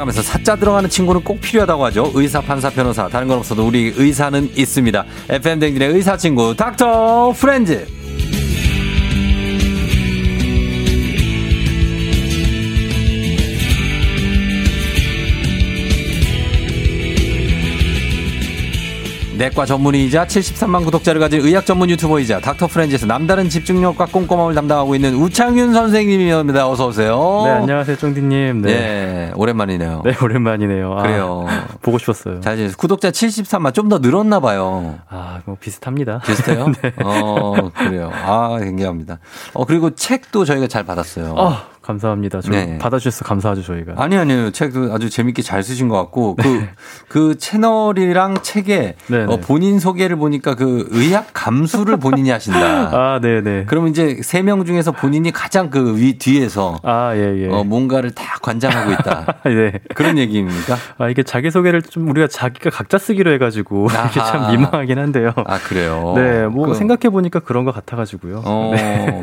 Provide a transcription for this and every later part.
포함해서 사자 들어가는 친구는 꼭 필요하다고 하죠. 의사, 판사, 변호사. 다른 건 없어도 우리 의사는 있습니다. FM 댕진의 의사 친구 닥터 프렌즈. 내과 전문의이자 73만 구독자를 가진 의학 전문 유튜버이자 닥터 프렌즈에서 남다른 집중력과 꼼꼼함을 담당하고 있는 우창윤 선생님입니다. 어서 오세요. 네, 안녕하세요, 쫑디님. 네. 예, 오랜만이네요. 네, 오랜만이네요. 아, 그래요. 보고 싶었어요. 잘 지내세요. 구독자 73만 좀 더 늘었나 봐요. 아, 뭐 비슷합니다. 비슷해요? 네. 어, 그래요. 아, 굉장합니다. 어, 그리고 책도 저희가 잘 받았어요. 아, 감사합니다. 저 네. 받아주셔서 감사하죠, 저희가. 아니, 아니요. 책도 아주 재밌게 잘 쓰신 것 같고, 그, 그 채널이랑 책에 네, 어, 네. 본인 소개를 보니까 그 의학 감수를 본인이 하신다. 아, 네, 네. 그러면 이제 세 명 중에서 본인이 가장 그 위, 뒤에서 아, 예, 예. 어, 뭔가를 다 관장하고 있다. 네. 그런 얘기입니까? 아, 이게 자기소개를 좀 우리가 자기가 각자 쓰기로 해가지고 이게 아하. 참 민망하긴 한데요. 아, 그래요? 네, 뭐 그- 생각해보니까 그런 것 같아가지고요. 어,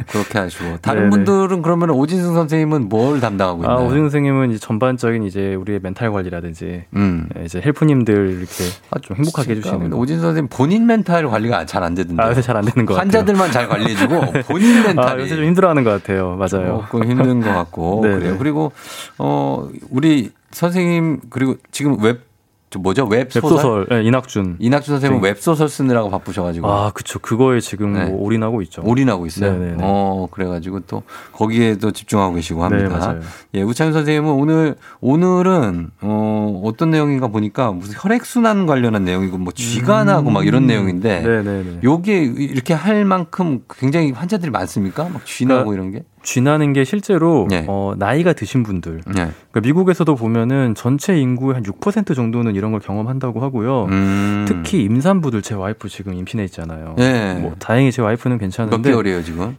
그렇게 하시고. 다른 네. 네네. 분들은 그러면 오진승 선생님은 뭘 담당하고 아, 있나요? 오승 선생님은 이제 전반적인 이제 우리의 멘탈 관리라든지 음. 네, 이제 헬프님들 이렇게 아, 아, 좀 행복하게 해주시는. 거. 오진 선생님 본인 멘탈 관리가 잘 안 되던데. 아, 요새 잘 안 되는 것 같아요. 환자들만 잘 관리해주고 본인 멘탈이. 아, 요새 좀 힘들어하는 것 같아요. 맞아요. 조금 힘든 것 같고 네네. 그래요. 그리고 어 우리 선생님 그리고 지금 웹저 뭐죠 웹 소설, 웹소설 예, 이낙준. 네, 이낙준 선생님 웹 소설 쓰느라고 바쁘셔가지고 아, 그쵸. 그거에 지금 네. 뭐 올인하고 있죠. 올인하고 있어요. 네네네. 어 그래가지고 또 거기에도 집중하고 계시고 합니다. 네, 맞아요. 예, 우창윤 선생님은 오늘 오늘은 어 어떤 내용인가 보니까 무슨 혈액 순환 관련한 내용이고 뭐 쥐간하고 막 이런 내용인데 음, 네네네. 요게 이렇게 할 만큼 굉장히 환자들이 많습니까? 막 쥐나고 이런 그러니까 게? 쥐나는 게 실제로 네. 어, 나이가 드신 분들. 네. 그러니까 미국에서도 보면은 전체 인구의 한 6% 정도는 이런 걸 경험한다고 하고요. 음. 특히 임산부들 제 와이프 지금 임신해 있잖아요. 예. 뭐 다행히 제 와이프는 몇 괜찮은데 개월이에요 지금?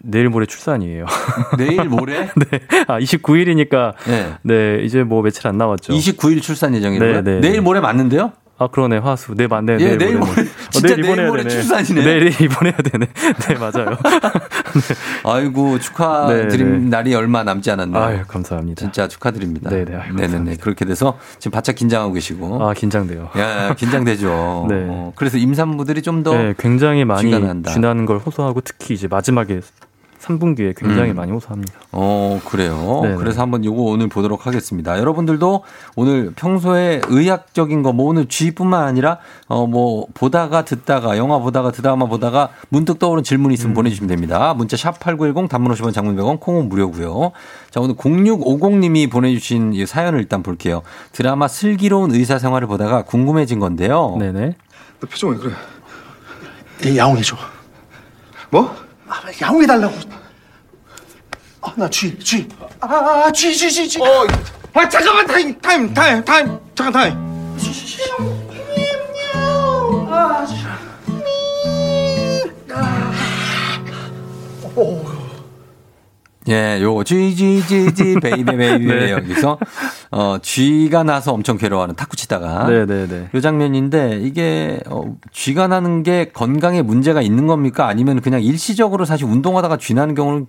내일 모레 출산이에요. 내일 모레? 아 29일이니까 네. 네 이제 뭐 며칠 안 남았죠. 29일 출산 예정이고요. 네, 네, 내일 네. 모레 맞는데요? 아 그러네 화수 네 맞네 예, 내일 모레. 진짜 내일 어, 입원해야 모레 되네. 출산이네. 내일 입원해야 되네. 네 맞아요. 아이고 축하드림 네, 네. 날이 얼마 남지 않았네요. 아유 감사합니다. 진짜 축하드립니다. 네, 네, 아유, 네네네. 감사합니다. 그렇게 돼서 지금 바짝 긴장하고 계시고. 아 긴장돼요. 어? 야, 긴장되죠. 네. 어, 그래서 임산부들이 좀 더 네, 굉장히 많이 쥐가 난다. 쥐나는 걸 호소하고 특히 이제 마지막에 3분기에 굉장히 음. 많이 호소합니다. 어, 그래요. 네네. 그래서 한번 요거 오늘 보도록 하겠습니다. 여러분들도 오늘 평소에 의학적인 거, 뭐 오늘 쥐뿐만 아니라, 어, 뭐, 보다가 듣다가, 영화 보다가 드라마 보다가 문득 떠오른 질문이 음. 있으면 보내주시면 됩니다. 문자 샵8910 단문 50원 장문 100원 콩은 무료고요 자, 오늘 0650님이 보내주신 이 사연을 일단 볼게요. 드라마 슬기로운 의사 생활을 보다가 궁금해진 건데요. 네네. 너 표정 왜 그래? 내 예, 야옹해줘. 뭐? 아, 나 야옹해달라고. 아, 나 쥐, 쥐. 아, 쥐, 쥐, 쥐, 쥐. 어, 아 잠깐만 타임 타임 타임 타임 잠깐 타임. 쥐, 쥐, 쥐. 아, 쥐. 예, 요거 쥐쥐쥐쥐 베이베 베이베 네. 여기서 어 쥐가 나서 엄청 괴로워하는 탁구 치다가 네네네. 요 장면인데 이게 어, 쥐가 나는 게 건강에 문제가 있는 겁니까? 아니면 그냥 일시적으로 사실 운동하다가 쥐 나는 경우는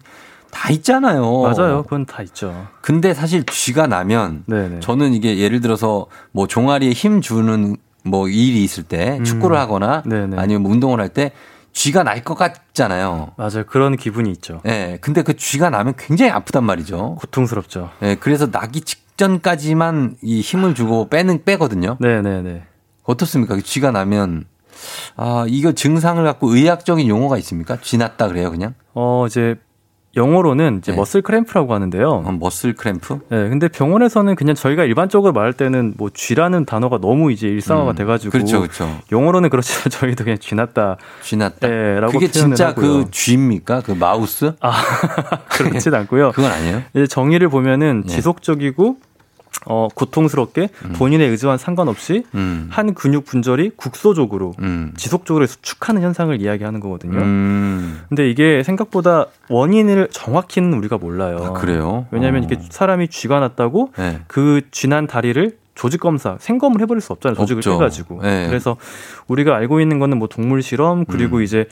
다 있잖아요. 맞아요. 그건 다 있죠. 근데 사실 쥐가 나면 네네. 저는 이게 예를 들어서 뭐 종아리에 힘 주는 뭐 일이 있을 때 축구를 하거나 음. 네네. 아니면 뭐 운동을 할 때 쥐가 날 것 같잖아요. 맞아요. 그런 기분이 있죠. 예, 근데 그 쥐가 나면 굉장히 아프단 말이죠. 고통스럽죠. 예, 그래서 나기 직전까지만 이 힘을 주고 빼는 빼거든요. 네네네. 어떻습니까? 그 쥐가 나면 아 이거 증상을 갖고 의학적인 용어가 있습니까? 쥐 났다 그래요 그냥 어 이제 영어로는 이제 네. 머슬 크램프라고 하는데요. 어, 머슬 크램프? 네, 근데 병원에서는 그냥 저희가 일반적으로 말할 때는 뭐 쥐라는 단어가 너무 이제 일상화가 음, 돼가지고 그렇죠, 그렇죠. 영어로는 그렇지만 저희도 그냥 쥐났다. 쥐 났다. 예, 라고 그게 표현을 진짜 하고요. 그 쥐입니까? 그 마우스? 아 그렇진 않고요. 그건 아니에요. 이제 정의를 보면은 예. 지속적이고 어 고통스럽게 본인의 의지와 상관없이 음, 한 근육 분절이 국소적으로 음, 지속적으로 수축하는 현상을 이야기하는 거거든요. 음. 근데 이게 생각보다 원인을 정확히는 우리가 몰라요. 아, 그래요? 왜냐하면 어. 이렇게 사람이 쥐가 났다고 네. 그 쥐난 다리를 조직 검사 생검을 해버릴 수 없잖아요. 조직을 없죠. 해가지고. 네. 음. 그래서 우리가 알고 있는 거는 뭐 동물 실험 그리고 이제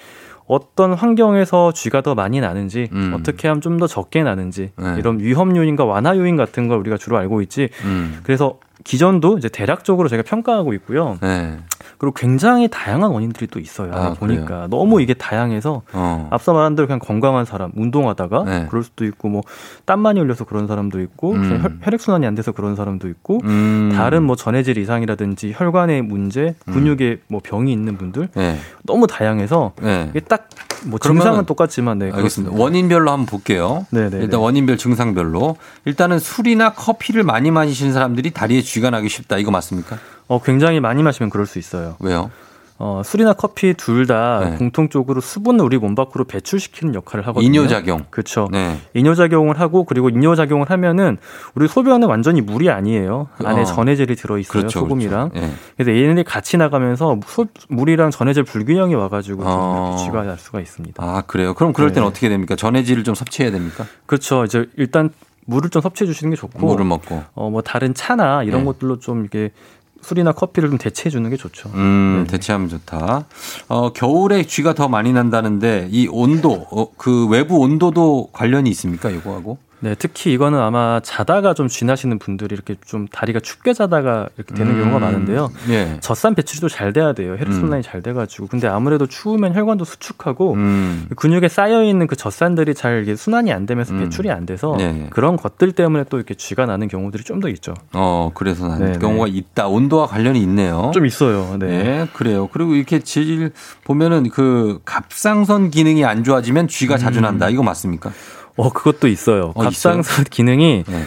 어떤 환경에서 쥐가 더 많이 나는지 음. 어떻게 하면 좀 더 적게 나는지 네. 이런 위험 요인과 완화 요인 같은 걸 우리가 주로 알고 있지. 음. 그래서 기전도 이제 대략적으로 제가 평가하고 있고요. 네. 그리고 굉장히 다양한 원인들이 또 있어요. 아, 보니까 너무 이게 다양해서 어. 앞서 말한 대로 그냥 건강한 사람 운동하다가 네. 그럴 수도 있고 뭐 땀 많이 흘려서 그런 사람도 있고 음. 그냥 혈- 혈액순환이 안 돼서 그런 사람도 있고 음. 다른 뭐 전해질 이상이라든지 혈관의 문제, 근육에 뭐 병이 있는 분들 네. 너무 다양해서 네. 이게 딱 그러면은- 뭐 증상은 똑같지만 네 알겠습니다. 원인별로 한번 볼게요. 네네네. 일단 원인별 증상별로 일단은 술이나 커피를 많이 마시는 사람들이 다리에 쥐가 나기 쉽다. 이거 맞습니까? 어 굉장히 많이 마시면 그럴 수 있어요. 왜요? 어 술이나 커피 둘 다 네. 공통적으로 수분을 우리 몸 밖으로 배출시키는 역할을 하거든요. 이뇨작용. 그렇죠. 네. 이뇨작용을 하고 그리고 이뇨작용을 하면은 우리 소변은 완전히 물이 아니에요. 안에 어. 전해질이 들어 있어요. 그렇죠. 소금이랑. 그렇죠. 예. 그래서 얘네들이 같이 나가면서 소- 물이랑 전해질 불균형이 와가지고 좀 어. 이렇게 쥐가 날 수가 있습니다. 아 그래요. 그럼 그럴 땐 네. 어떻게 됩니까? 전해질을 좀 섭취해야 됩니까? 그렇죠. 이제 일단 물을 좀 섭취해 주시는 게 좋고 물을 먹고. 어 뭐 다른 차나 이런 네. 것들로 좀 이게 술이나 커피를 좀 대체해 주는 게 좋죠. 음, 네. 대체하면 좋다. 어, 겨울에 쥐가 더 많이 난다는데 이 온도, 어, 그 외부 온도도 관련이 있습니까? 이거하고? 네, 특히 이거는 아마 자다가 좀 쥐나시는 분들이 이렇게 좀 다리가 춥게 자다가 이렇게 되는 경우가 음, 많은데요. 예. 젖산 배출도 잘 돼야 돼요. 혈액순환이 잘 돼가지고. 근데 아무래도 추우면 혈관도 수축하고 음. 근육에 쌓여 있는 그 젖산들이 잘 이게 순환이 안 되면서 음. 배출이 안 돼서 네. 그런 것들 때문에 또 이렇게 쥐가 나는 경우들이 좀 더 있죠. 어, 그래서 나는 네, 경우가 있다. 온도와 관련이 있네요. 좀 있어요. 네. 네, 그래요. 그리고 이렇게 질 보면은 그 갑상선 기능이 안 좋아지면 쥐가 음. 자주 난다. 이거 맞습니까? 어 그것도 있어요. 어, 갑상선 기능이 네.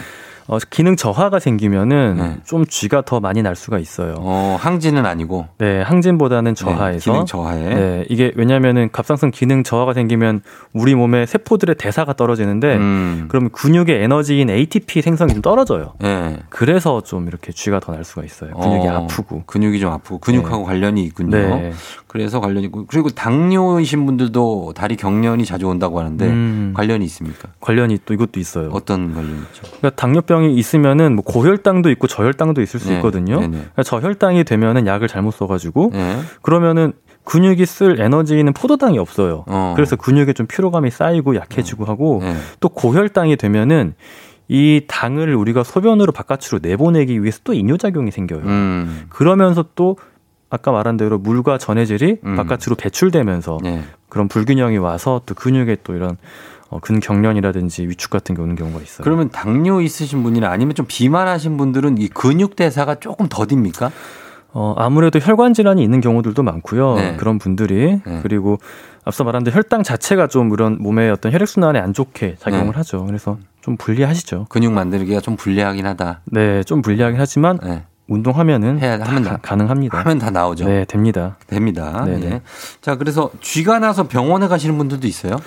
어, 기능 저하가 생기면은 네. 좀 쥐가 더 많이 날 수가 있어요. 어, 항진은 아니고 네, 항진보다는 네, 저하에서 기능 저하에. 네, 이게 왜냐면은 갑상선 기능 저하가 생기면 우리 몸의 세포들의 대사가 떨어지는데 음. 그럼 근육의 에너지인 ATP 생성이 좀 떨어져요. 네. 그래서 좀 이렇게 쥐가 더 날 수가 있어요. 근육이 어, 아프고. 근육이 좀 아프고 근육하고 관련이 있군요. 네. 그래서 관련이 있고 그리고 당뇨이신 분들도 다리 경련이 자주 온다고 하는데 음. 관련이 있습니까? 관련이 또 이것도 있어요. 네. 어떤 관련이 있죠? 그러니까 당뇨병이 있으면은 뭐 고혈당도 있고 저혈당도 있을 수 네, 있거든요. 네네. 그러니까 저혈당이 되면은 약을 잘못 써가지고 네. 그러면은 근육이 쓸 에너지는 포도당이 없어요. 어. 그래서 근육에 좀 피로감이 쌓이고 약해지고 하고 네. 또 고혈당이 되면은 이 당을 우리가 소변으로 바깥으로 내보내기 위해서 또 이뇨작용이 생겨요. 음. 그러면서 또 아까 말한 대로 물과 전해질이 음. 바깥으로 배출되면서 네. 그런 불균형이 와서 또 근육에 또 이런 어, 근경련이라든지 위축 같은 게 오는 경우가 있어요. 그러면 당뇨 있으신 분이나 아니면 좀 비만하신 분들은 이 근육 대사가 조금 더딥니까? 어, 아무래도 혈관 질환이 있는 경우들도 많고요. 네. 그런 분들이 네. 그리고 앞서 말한 대로 혈당 자체가 좀 이런 몸의 어떤 혈액 순환에 안 좋게 작용을 네. 하죠. 그래서 좀 불리하시죠. 근육 만들기가 좀 불리하긴 하다. 네, 좀 불리하긴 하지만 네. 운동하면은 해야- 다 하면 가- 나- 가능합니다. 하면 다 나오죠. 네, 됩니다. 됩니다. 네네. 예. 자, 그래서 쥐가 나서 병원에 가시는 분들도 있어요.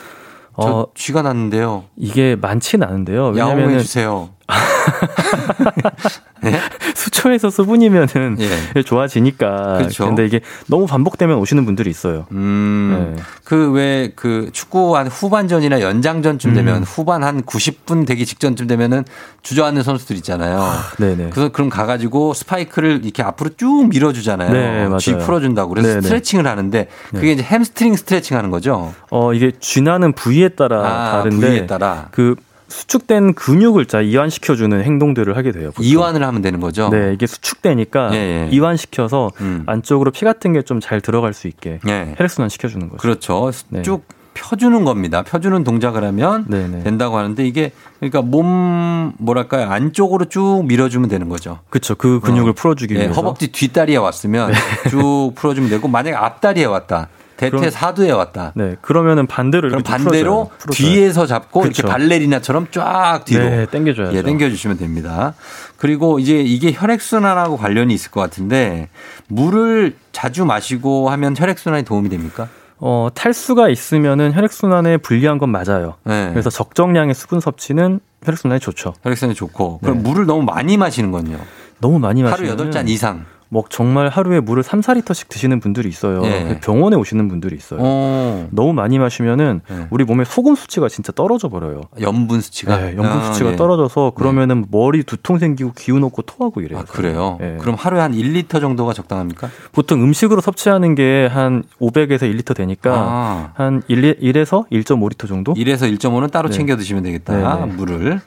저 어, 쥐가 났는데요. 이게 많지는 않은데요. 야옹해 왜냐하면 주세요. 수초에서 수분이면은 예. 좋아지니까. 그렇죠. 근데 이게 너무 반복되면 오시는 분들이 있어요. 음, 네. 그 왜 그 축구 한 후반전이나 연장전쯤 음. 되면 후반 한 90분 되기 직전쯤 되면은 주저앉는 선수들 있잖아요. 네네. 그래서 그럼 가가지고 스파이크를 이렇게 앞으로 쭉 밀어주잖아요. 네, 쥐 맞아요. 풀어준다고. 그래서 네네. 네. 스트레칭을 하는데 그게 이제 햄스트링 스트레칭 하는 거죠. 어, 이게 쥐나는 부위에 따라 아, 다른데 부위에 따라. 그 수축된 근육을 자 이완시켜주는 행동들을 하게 돼요. 보통. 이완을 하면 되는 거죠. 네, 이게 수축되니까 예, 예. 이완시켜서 음. 안쪽으로 피 같은 게 좀 잘 들어갈 수 있게 예. 혈액순환 시켜주는 거죠. 그렇죠. 네. 쭉 펴주는 겁니다. 펴주는 동작을 하면 네네. 된다고 하는데 이게 그러니까 몸 뭐랄까요 안쪽으로 쭉 밀어주면 되는 거죠. 그렇죠. 그 근육을 풀어주기 예, 위해서. 네. 허벅지 뒷다리에 왔으면 쭉 풀어주면 되고 만약 앞다리에 왔다 대퇴 그럼- 사두에 왔다 네, 그러면은 반대로 그럼 이렇게 반대로 풀어줘요. 풀어줘요. 뒤에서 잡고 이렇게 그렇죠. 발레리나처럼 쫙 뒤로 네, 당겨줘야죠. 예, 당겨주시면 됩니다. 그리고 이제 이게 혈액순환하고 관련이 있을 것 같은데 물을 자주 마시고 하면 혈액순환에 도움이 됩니까? 어, 탈수가 있으면은 혈액순환에 불리한 건 맞아요. 네. 그래서 적정량의 수분 섭취는 혈액순환에 좋죠. 혈액순환이 좋고 그럼 물을 너무 많이 마시는 건요. 너무 많이 네. 마시면 하루 8잔 이상. 뭐 정말 하루에 물을 3, 4리터씩 드시는 분들이 있어요. 그 예. 병원에 오시는 분들이 있어요. 어. 너무 많이 마시면은 예. 우리 몸에 소금 수치가 진짜 떨어져 버려요. 염분 수치가 네, 염분 아, 수치가 네. 떨어져서 그러면은 머리 두통 생기고 기운 없고 토하고 이래요. 아 그래요? 예. 그럼 하루에 한 1리터 정도가 적당합니까? 보통 음식으로 섭취하는 게 한 500에서 1리터 되니까 아. 한 1, 1에서 1.5리터 정도? 1에서 1.5는 따로 네. 챙겨 드시면 되겠다. 네, 네. 물을.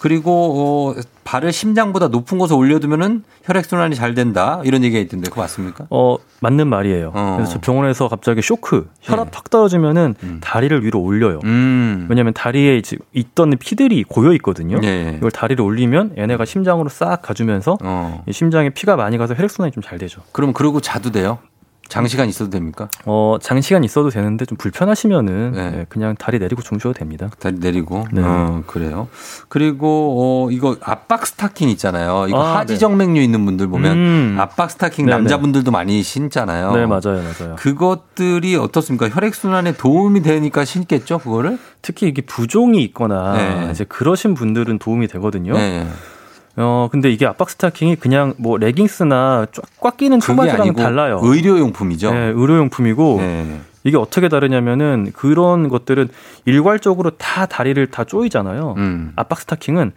그리고 어, 발을 심장보다 높은 곳에 올려 두면은 혈액 순환이 잘 된다. 이런 얘기가 있던데 그거 맞습니까? 어 맞는 말이에요. 어. 그래서 저 병원에서 갑자기 쇼크, 혈압 네. 팍 떨어지면은 음. 다리를 위로 올려요. 음. 왜냐하면 다리에 이제 있던 피들이 고여 있거든요. 예. 이걸 다리를 올리면 얘네가 심장으로 싹 가주면서 어. 이 심장에 피가 많이 가서 혈액 순환이 좀 잘 되죠. 그럼 그러고 자도 돼요? 장시간 있어도 됩니까? 어 장시간 있어도 되는데 좀 불편하시면은 네. 예, 그냥 다리 내리고 주무셔도 됩니다. 다리 내리고. 네. 어, 그래요. 그리고 어 이거 압박 스타킹 있잖아요. 이거 아, 하지 정맥류 있는 분들 보면 음. 압박 스타킹 네, 네. 남자분들도 많이 신잖아요. 네 맞아요 그 맞아요. 그것들이 어떻습니까? 혈액 순환에 도움이 되니까 신겠죠, 그거를? 특히 이게 부종이 있거나 네. 이제 그러신 분들은 도움이 되거든요. 네. 어 근데 이게 압박 스타킹이 그냥 뭐 레깅스나 쫙- 꽉 끼는 그게 청바지랑 아니고 달라요. 의료 용품이죠. 네, 의료용품이고 네. 이게 어떻게 다르냐면은 그런 것들은 일괄적으로 다 다리를 다 쪼이잖아요. 음. 압박 스타킹은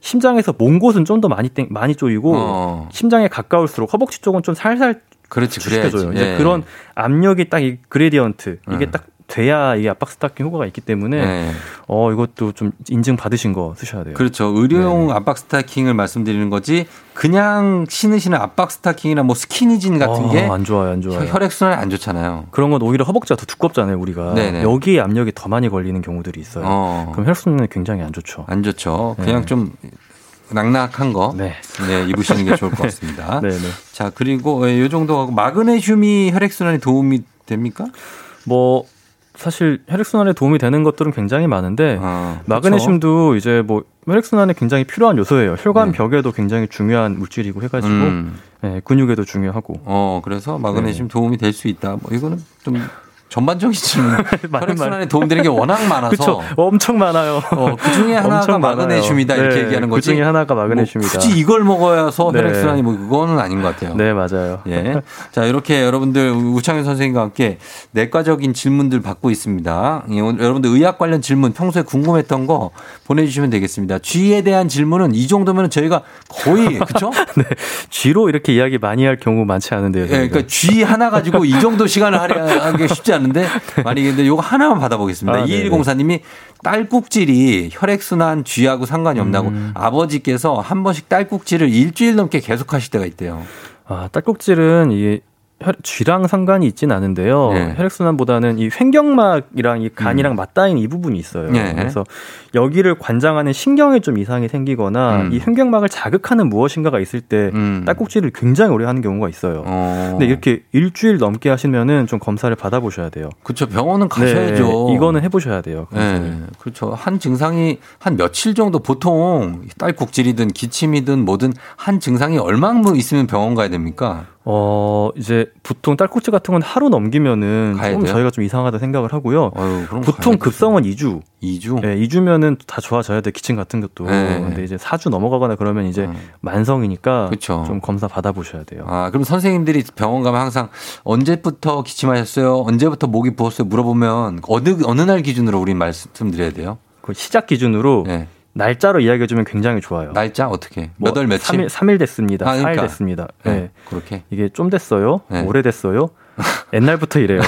심장에서 먼 곳은 좀 더 많이 땡, 많이 쪼이고 어. 심장에 가까울수록 허벅지 쪽은 좀 살살 그렇지, 그래야지. 축축해져요. 이제 예. 그런 압력이 딱 이 그레디언트 이게 네. 딱 돼야 이 압박 스타킹 효과가 있기 때문에 네. 어 이것도 좀 인증 받으신 거 쓰셔야 돼요. 그렇죠. 의료용 네. 압박 스타킹을 말씀드리는 거지 그냥 신으시는 압박 스타킹이나 뭐 스키니진 같은 어, 게 안 좋아요, 안 좋아요. 혈액 순환에 안 좋잖아요. 그런 건 오히려 허벅지가 더 두껍잖아요, 우리가. 네네. 여기에 압력이 더 많이 걸리는 경우들이 있어요. 어. 그럼 혈순은 굉장히 안 좋죠. 안 좋죠. 그냥 좀 낙낙한 거 네. 네, 입으시는 게 좋을 것 같습니다. 네, 네. 자, 그리고 예, 요 정도 하고 마그네슘이 혈액 순환에 도움이 됩니까? 뭐 사실 혈액순환에 도움이 되는 것들은 굉장히 많은데 아, 네. 마그네슘도 이제 뭐 혈액순환에 굉장히 필요한 요소예요. 혈관 네. 벽에도 굉장히 중요한 물질이고 그렇죠. 해가지고 음. 예, 근육에도 중요하고 어, 그래서 마그네슘 도움이 될 수 있다. 뭐 이거는 좀 전반적인 질문. 혈액 순환에 도움되는 게 워낙 많아서 그렇죠. 엄청 많아요. 어, 그 중에 하나가 엄청 많아요. 마그네슘이다 이렇게 네, 얘기하는 거지. 그 중에 하나가 뭐 마그네슘이다. 굳이 이걸 먹어서 네. 혈액 순환이 뭐 그거는 아닌 것 같아요. 네 맞아요. 예. 자, 이렇게 여러분들 우창현 선생님과 함께 내과적인 질문들 받고 있습니다. 예, 오늘 여러분들 의학 관련 질문 평소에 궁금했던 거 보내주시면 되겠습니다. 쥐에 대한 질문은 이 정도면 저희가 거의, 그쵸? 네. 쥐로 이렇게 이야기 많이 할 경우 많지 않은데요. 예, 저희가. 그러니까 쥐 하나 가지고 이 정도 시간을 하기 쉽지 않은데 만약에 근데 요거 하나만 받아보겠습니다. 네. 아, 네네. 2104님이 딸꾹질이 혈액순환 쥐하고 상관이 없나고 음. 아버지께서 한 번씩 딸꾹질을 일주일 넘게 계속 하실 때가 있대요. 아, 딸꾹질은 이 혈, 쥐랑 상관이 있진 않은데요. 네. 음. 혈액순환보다는 이 횡격막이랑 이 간이랑 맞닿은 이 부분이 있어요. 네. 그래서 여기를 관장하는 신경에 좀 이상이 생기거나 음. 이 횡격막을 자극하는 무엇인가가 있을 때 음. 딸꾹질을 굉장히 오래 하는 경우가 있어요. 어. 근데 네, 이렇게 일주일 넘게 하시면은 좀 검사를 받아보셔야 돼요. 그렇죠. 병원은 네, 가셔야죠. 이거는 해보셔야 돼요. 검사를. 네, 그렇죠. 한 증상이 한 며칠 정도 보통 딸꾹질이든 기침이든 뭐든 한 증상이 얼마나 있으면 병원 가야 됩니까? 어 이제 보통 딸꾹질 같은 건 하루 넘기면은 가야 좀 돼요? 저희가 좀 이상하다 생각을 하고요. 어휴, 그럼 보통 급성은 2주 2주. 예, 2주면은 다 좋아져야 돼. 기침 같은 것도. 음. 네. 근데 이제 4주 넘어가거나 그러면 이제 음. 만성이니까 그쵸. 좀 검사 받아보셔야 돼요. 아, 그럼 선생님들이 병원 가면 항상 언제부터 기침하셨어요? 언제부터 목이 부었어요? 물어보면 어느 어느 날 기준으로 우리 말씀드려야 돼요? 그 시작 기준으로 네. 날짜로 이야기해주면 굉장히 좋아요. 뭐 날짜 어떻게? 몇 월 며칠? 3일, 3일 됐습니다. 아, 사 그러니까. 4일 됐습니다. 예. 네, 그렇게. 이게 좀 됐어요? 네. 오래됐어요? 옛날부터 이래요.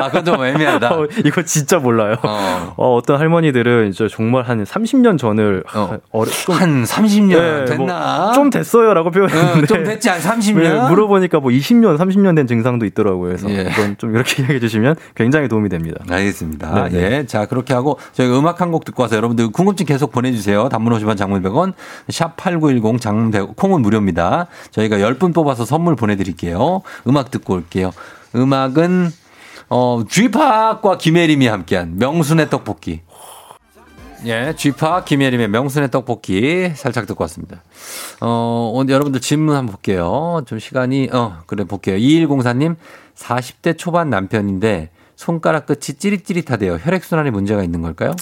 아, 그건 좀 애매하다. 어, 이거 진짜 몰라요. 어. 어, 떤 할머니들은 이제 정말 한 30년 전을 어. 어려- 좀, 한 30년 예, 뭐 됐나? 좀 됐어요라고 어, 표현했는데 좀 됐지 한 네, 30년? 물어보니까 뭐 20년, 30년 된 증상도 있더라고요. 그래서 예. 이건 좀 이렇게 이야기해 주시면 굉장히 도움이 됩니다. 알겠습니다. 네, 네. 예. 자, 그렇게 하고 저희가 음악 한 곡 듣고 와서 여러분들 궁금증 계속 보내주세요. 단문 50원 장문 100원, 샵8910 장문 100원, 콩은 무료입니다. 저희가 10분 뽑아서 선물 보내드릴게요. 음악 듣고 올게요. 음악은, 어, 쥐팍과 김혜림이 함께한 명순의 떡볶이. 예, 쥐팍 김혜림의 명순의 떡볶이 살짝 듣고 왔습니다. 어, 오늘 여러분들 질문 한번 볼게요. 좀 시간이, 어, 그래, 볼게요. 2104님, 40대 초반 남편인데 손가락 끝이 찌릿찌릿하대요. 혈액순환에 문제가 있는 걸까요?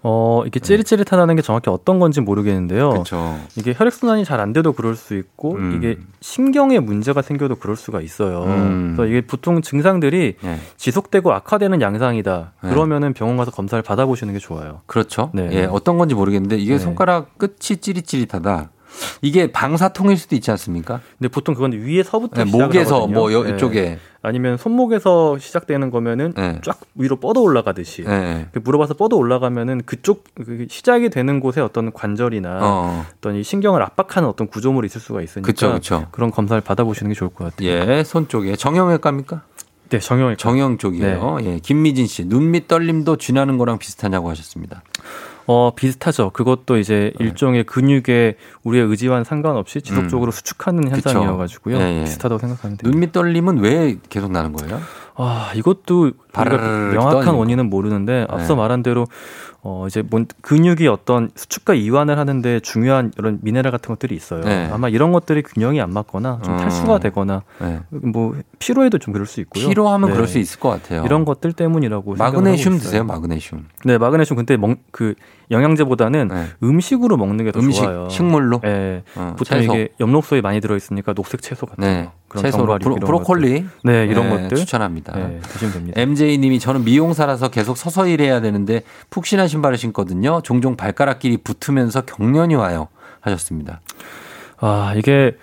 어, 이게 찌릿찌릿하다는 게 정확히 어떤 건지 모르겠는데요. 그렇죠. 이게 혈액순환이 잘 안 돼도 그럴 수 있고 음. 이게 신경에 문제가 생겨도 그럴 수가 있어요. 음. 그래서 이게 보통 증상들이 예. 지속되고 악화되는 양상이다. 네. 그러면은 병원 가서 검사를 받아보시는 게 좋아요. 그렇죠. 네. 예, 어떤 건지 모르겠는데 이게 네. 손가락 끝이 찌릿찌릿하다. 이게 방사통일 수도 있지 않습니까? 근데 보통 그건 위에서부터 네, 시작을 목에서 하거든요. 뭐 여, 네. 이쪽에 아니면 손목에서 시작되는 거면은 네. 쫙 위로 뻗어 올라가듯이 예, 예. 그 물어봐서 뻗어 올라가면은 그쪽 그 시작이 되는 곳에 어떤 관절이나 어, 어떤 이 신경을 압박하는 어떤 구조물이 있을 수가 있으니까 그쵸, 그쵸. 런 검사를 받아보시는 게 좋을 것 같아요. 예, 손 쪽에 정형외과입니까? 네, 정형외과. 정형 네. 쪽이에요. 예, 김미진 씨, 눈 밑 떨림도 쥐나는 거랑 비슷하냐고 하셨습니다. 어, 비슷하죠. 그것도 이제 네. 일종의 근육의 우리의 의지와는 상관없이 지속적으로 수축하는 현상이어가지고요. 음. 예, 예. 비슷하다고 생각하면 돼요. 눈 밑 떨림은 왜 계속 나는 거예요? 아, 이것도 바르르르 우리가 명확한 떠는 원인은 모르는데 앞서 네. 말한 대로 어, 이제 뭔 근육이 어떤 수축과 이완을 하는데 중요한 이런 미네랄 같은 것들이 있어요. 네. 아마 이런 것들이 균형이 안 맞거나 좀 어. 탈수가 되거나 예. 뭐 피로에도 좀 그럴 수 있고요. 피로하면 네. 그럴 수 있을 것 같아요. 이런 것들 때문이라고 생각을 하고 마그네슘 있어요. 드세요, 마그네슘. 네, 마그네슘 근데 먹, 그 영양제보다는 네. 음식으로 먹는 게 더 음식, 네, 좋아요. 식물로. 예. 어, 보통 채소. 이게 엽록소에 많이 들어있으니까 녹색 채소 같은 네. 거. 그런 채소로 견과류 브로, 이런 브로콜리. 것들. 네, 이런 것들. 추천합니다. 예, 드시면 됩니다. MJ님이 저는 미용사라서 계속 서서 일해야 되는데 푹신한 신발을 신거든요. 종종 발가락끼리 붙으면서 경련이 와요. 하셨습니다. 아, 이게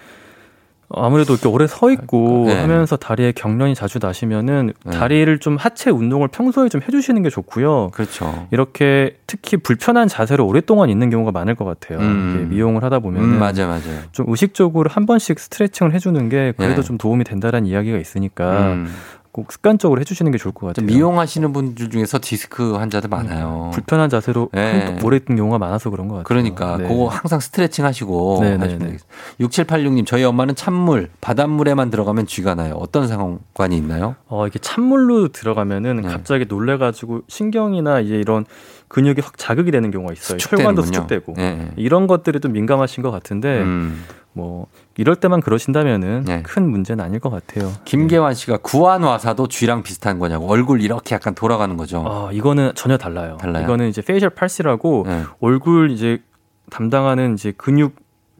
아무래도 이렇게 오래 서 있고 네. 하면서 다리에 경련이 자주 나시면은 네. 다리를 좀 하체 운동을 평소에 좀 해주시는 게 좋고요. 그렇죠. 이렇게 특히 불편한 자세로 오랫동안 있는 경우가 많을 것 같아요. 음. 이게 미용을 하다 보면 음, 맞아요, 맞아요. 좀 의식적으로 한 번씩 스트레칭을 해주는 게 네. 그래도 좀 도움이 된다라는 이야기가 있으니까 음. 꼭 습관적으로 해주시는 게 좋을 것 좀 같아요. 음, 미용하시는 분들 중에서 디스크 환자들 많아요. 불편한 자세로 네. 큰- 오래 있는 경우가 많아서 그런 것 같아요. 그러니까 네. 그거 항상 스트레칭 하시고 네, 네, 하시면 네. 되겠습니다. 6786님 저희 엄마는 찬물, 바닷물에만 들어가면 쥐가 나요. 어떤 상관이 있나요? 어, 이게 찬물로 들어가면은 네. 갑자기 놀래가지고 신경이나 이제 이런 근육이 확 자극이 되는 경우가 있어요. 혈관도 수축되고. 예. 네. 네, 네. 이런 것들이 좀 민감하신 것 같은데 음. 뭐 이럴 때만 그러신다면은 네. 큰 문제는 아닐 것 같아요. 김계환 네. 씨가 구안 와사도 쥐랑 비슷한 거냐고 얼굴 이렇게 약간 돌아가는 거죠. 아 이거는 전혀 달라요. 어. 달라요? 이거는 이제 페이셜 팔씨라고 네. 얼굴 이제 담당하는 이제 근육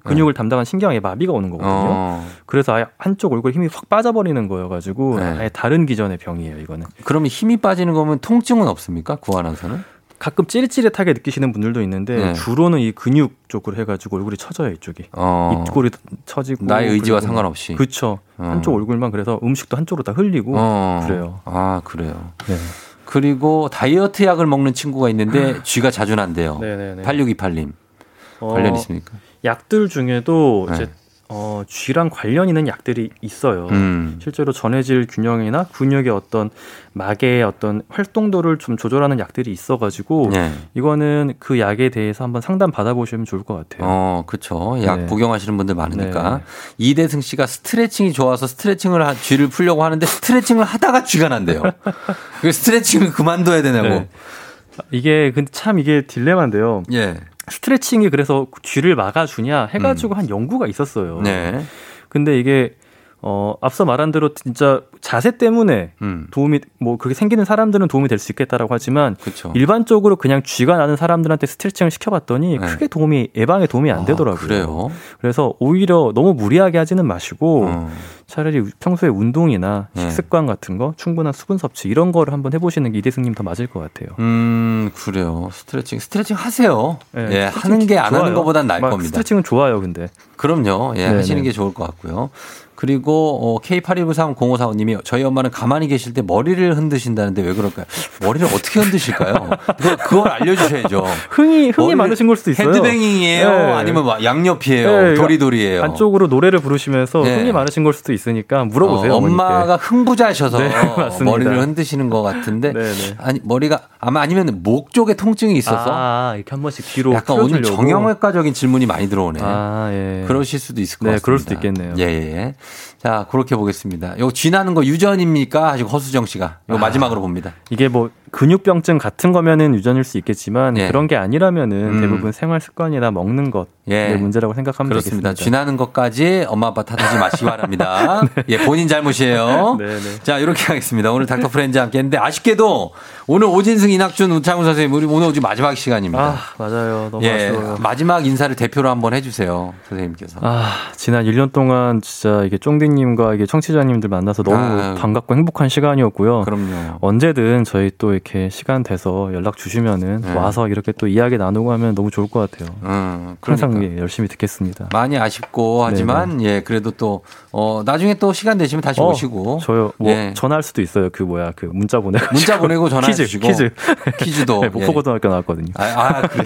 근육을 담당한 신경에 마비가 오는 거거든요. 네. 어. 그래서 아예 한쪽 얼굴 힘이 확 빠져버리는 거여가지고 네. 아예 다른 기전의 병이에요. 이거는 그러면 힘이 빠지는 거면 통증은 없습니까? 구안환사는? 가끔 찌릿찌릿하게 느끼시는 분들도 있는데 네. 주로는 이 근육 쪽으로 해가지고 얼굴이 처져요 이쪽이 어. 입꼬리 처지고 나의 의지와 그리고 상관없이. 그쵸 어. 한쪽 얼굴만 그래서 음식도 한쪽으로 다 흘리고 어. 그래요. 아, 그래요. 네. 그리고 다이어트 약을 먹는 친구가 있는데 쥐가 자주 난대요. 아. 네네네. 8628님. 어, 관련 있습니까? 약들 중에도 네. 이제 어, 쥐랑 관련 있는 약들이 있어요. 음. 실제로 전해질 균형이나 근육의 어떤 막의 어떤 활동도를 좀 조절하는 약들이 있어가지고 네. 이거는 그 약에 대해서 한번 상담 받아보시면 좋을 것 같아요. 어, 그쵸. 약 네. 복용하시는 분들 많으니까. 네. 이대승 씨가 스트레칭이 좋아서 스트레칭을, 하, 쥐를 풀려고 하는데 스트레칭을 하다가 쥐가 난대요. 그 스트레칭을 그만둬야 되냐고. 네. 이게 근데 참 이게 딜레마인데요. 예. 스트레칭이 그래서 쥐를 막아주냐 해가지고 한 연구가 있었어요. 음. 네. 근데 이게 어, 앞서 말한 대로 진짜 자세 때문에 음. 도움이 뭐 그렇게 생기는 사람들은 도움이 될 수 있겠다라고 하지만 그쵸. 일반적으로 그냥 쥐가 나는 사람들한테 스트레칭을 시켜봤더니 네. 크게 도움이 예방에 도움이 안 되더라고요. 아, 그래요. 래서 오히려 너무 무리하게 하지는 마시고 어. 차라리 평소에 운동이나 네. 식습관 같은 거 충분한 수분 섭취 이런 거를 한번 해보시는 게 이대승님 더 맞을 것 같아요. 음, 그래요. 스트레칭, 스트레칭 하세요. 네, 예, 스트레칭 하는 게 안 하는 좋아요. 것보단 나을 막 겁니다. 스트레칭은 좋아요, 근데 그럼요. 예, 네, 하시는 네. 게 좋을 것 같고요. 그리고 어, K81930545님이 저희 엄마는 가만히 계실 때 머리를 흔드신다는데 왜 그럴까요? 머리를 어떻게 흔드실까요? 그거- 그걸 알려주셔야죠. 흥이 흥이 머리를 많으신 걸 수도 있어요. 핸드뱅잉이에요? 네. 아니면 막 양옆이에요? 네, 도리도리예요? 반쪽으로 노래를 부르시면서 네. 흥이 많으신 걸 수도 있으니까 물어보세요. 어, 어머니께. 엄마가 흥부자셔서 네, 맞습니다. 머리를 흔드시는 것 같은데 네, 네. 아니 머리가 아마 아니면 목 쪽에 통증이 있어서 아, 이렇게 한 번씩 뒤로 약간 오늘 풀어주려고. 정형외과적인 질문이 많이 들어오네. 아, 예. 그러실 수도 있을 것 네, 같습니다. 그럴 수도 있겠네요. 예, 예, 예. 아, 자, 그렇게 보겠습니다. 요쥐 나는 거 유전입니까? 지금 허수정 씨가. 이거 마지막으로 봅니다. 이게 뭐 근육병증 같은 거면은 유전일 수 있겠지만 예. 그런 게 아니라면은 음. 대부분 생활 습관이나 먹는 것의 네, 예. 문제라고 생각하면 그렇습니다. 되겠습니다. 쥐나는 것까지 엄마 아빠 탓하지 마시기 바랍니다. 예, 본인 잘못이에요. 네, 네. 자, 이렇게 하겠습니다. 오늘 닥터 프렌즈 함께 했는데 아쉽게도 오늘 오진승, 이낙준, 우창훈 선생님 우리 오늘 오지 마지막 시간입니다. 아 맞아요. 너무 예, 아쉬워요. 마지막 인사를 대표로 한번 해주세요. 선생님께서. 아, 지난 1년 동안 진짜 이게 쫑디님과 이게 청취자님들 만나서 너무 아유. 음. 반갑고 행복한 시간이었고요. 그럼요. 언제든 저희 또 이렇게 시간 돼서 연락 주시면은 네. 와서 이렇게 또 이야기 나누고 하면 너무 좋을 것 같아요. 음, 그러니까. 항상 예, 열심히 듣겠습니다. 많이 아쉽고 하지만 예 그래도 또 어, 나중에 또 시간 되시면 다시 네, 어, 오시고 저요. 뭐 예. 전화할 수도 있어요. 그 뭐야 그 문자 보내. 문자 보내고 전화 퀴즈 주시고 퀴즈. 퀴즈도 예. 네, 목포고등학교 나왔거든요. 아, 아 그래.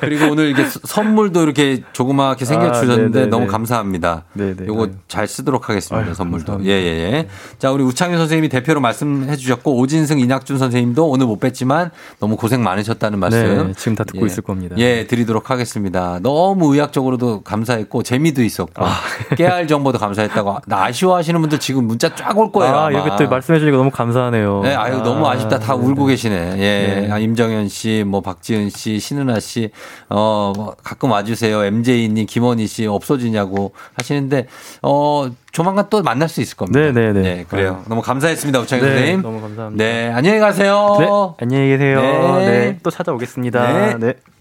그리고 오늘 이렇게 수- 선물도 이렇게 조그맣게 아, 생겨주셨는데 네네네. 너무 감사합니다. 네네. 요거 아유. 잘 쓰도록 하겠습니다. 아유, 선물도. 감사합니다. 예예예. 자 우리 우창윤 선생님이 대표로 말씀해 주셨고 오진승 이낙준 선생님도 오늘 못 뵀지만 너무 고생 많으셨다는 말씀. 네, 지금 다 듣고 예. 있을 겁니다. 예 드리도록 하겠습니다. 너무 의학적으로도 감사했고 재미도 있었고 아. 깨알 정보도 감사했다고 나 아쉬워하시는 분들 지금 문자 쫙 올 거예요. 아, 아마. 이렇게 또 말씀해 주니까 너무 감사하네요. 네, 아유 너무 아쉽다. 다 네네. 울고 계시네. 예, 그렇죠. 네. 아, 임정현 씨, 뭐 박지은 씨, 신은아 씨, 어뭐 가끔 와주세요. MJ님, 김원희 씨 없어지냐고 하시는데 어 조만간 또 만날 수 있을 겁니다. 네, 네, 네. 예, 그래요. 너무 감사했습니다, 우창희 네, 선생님. 너무 감사합니다. 네, 안녕히 가세요. 네, 안녕히 계세요. 네. 네, 또 찾아오겠습니다. 네. 네.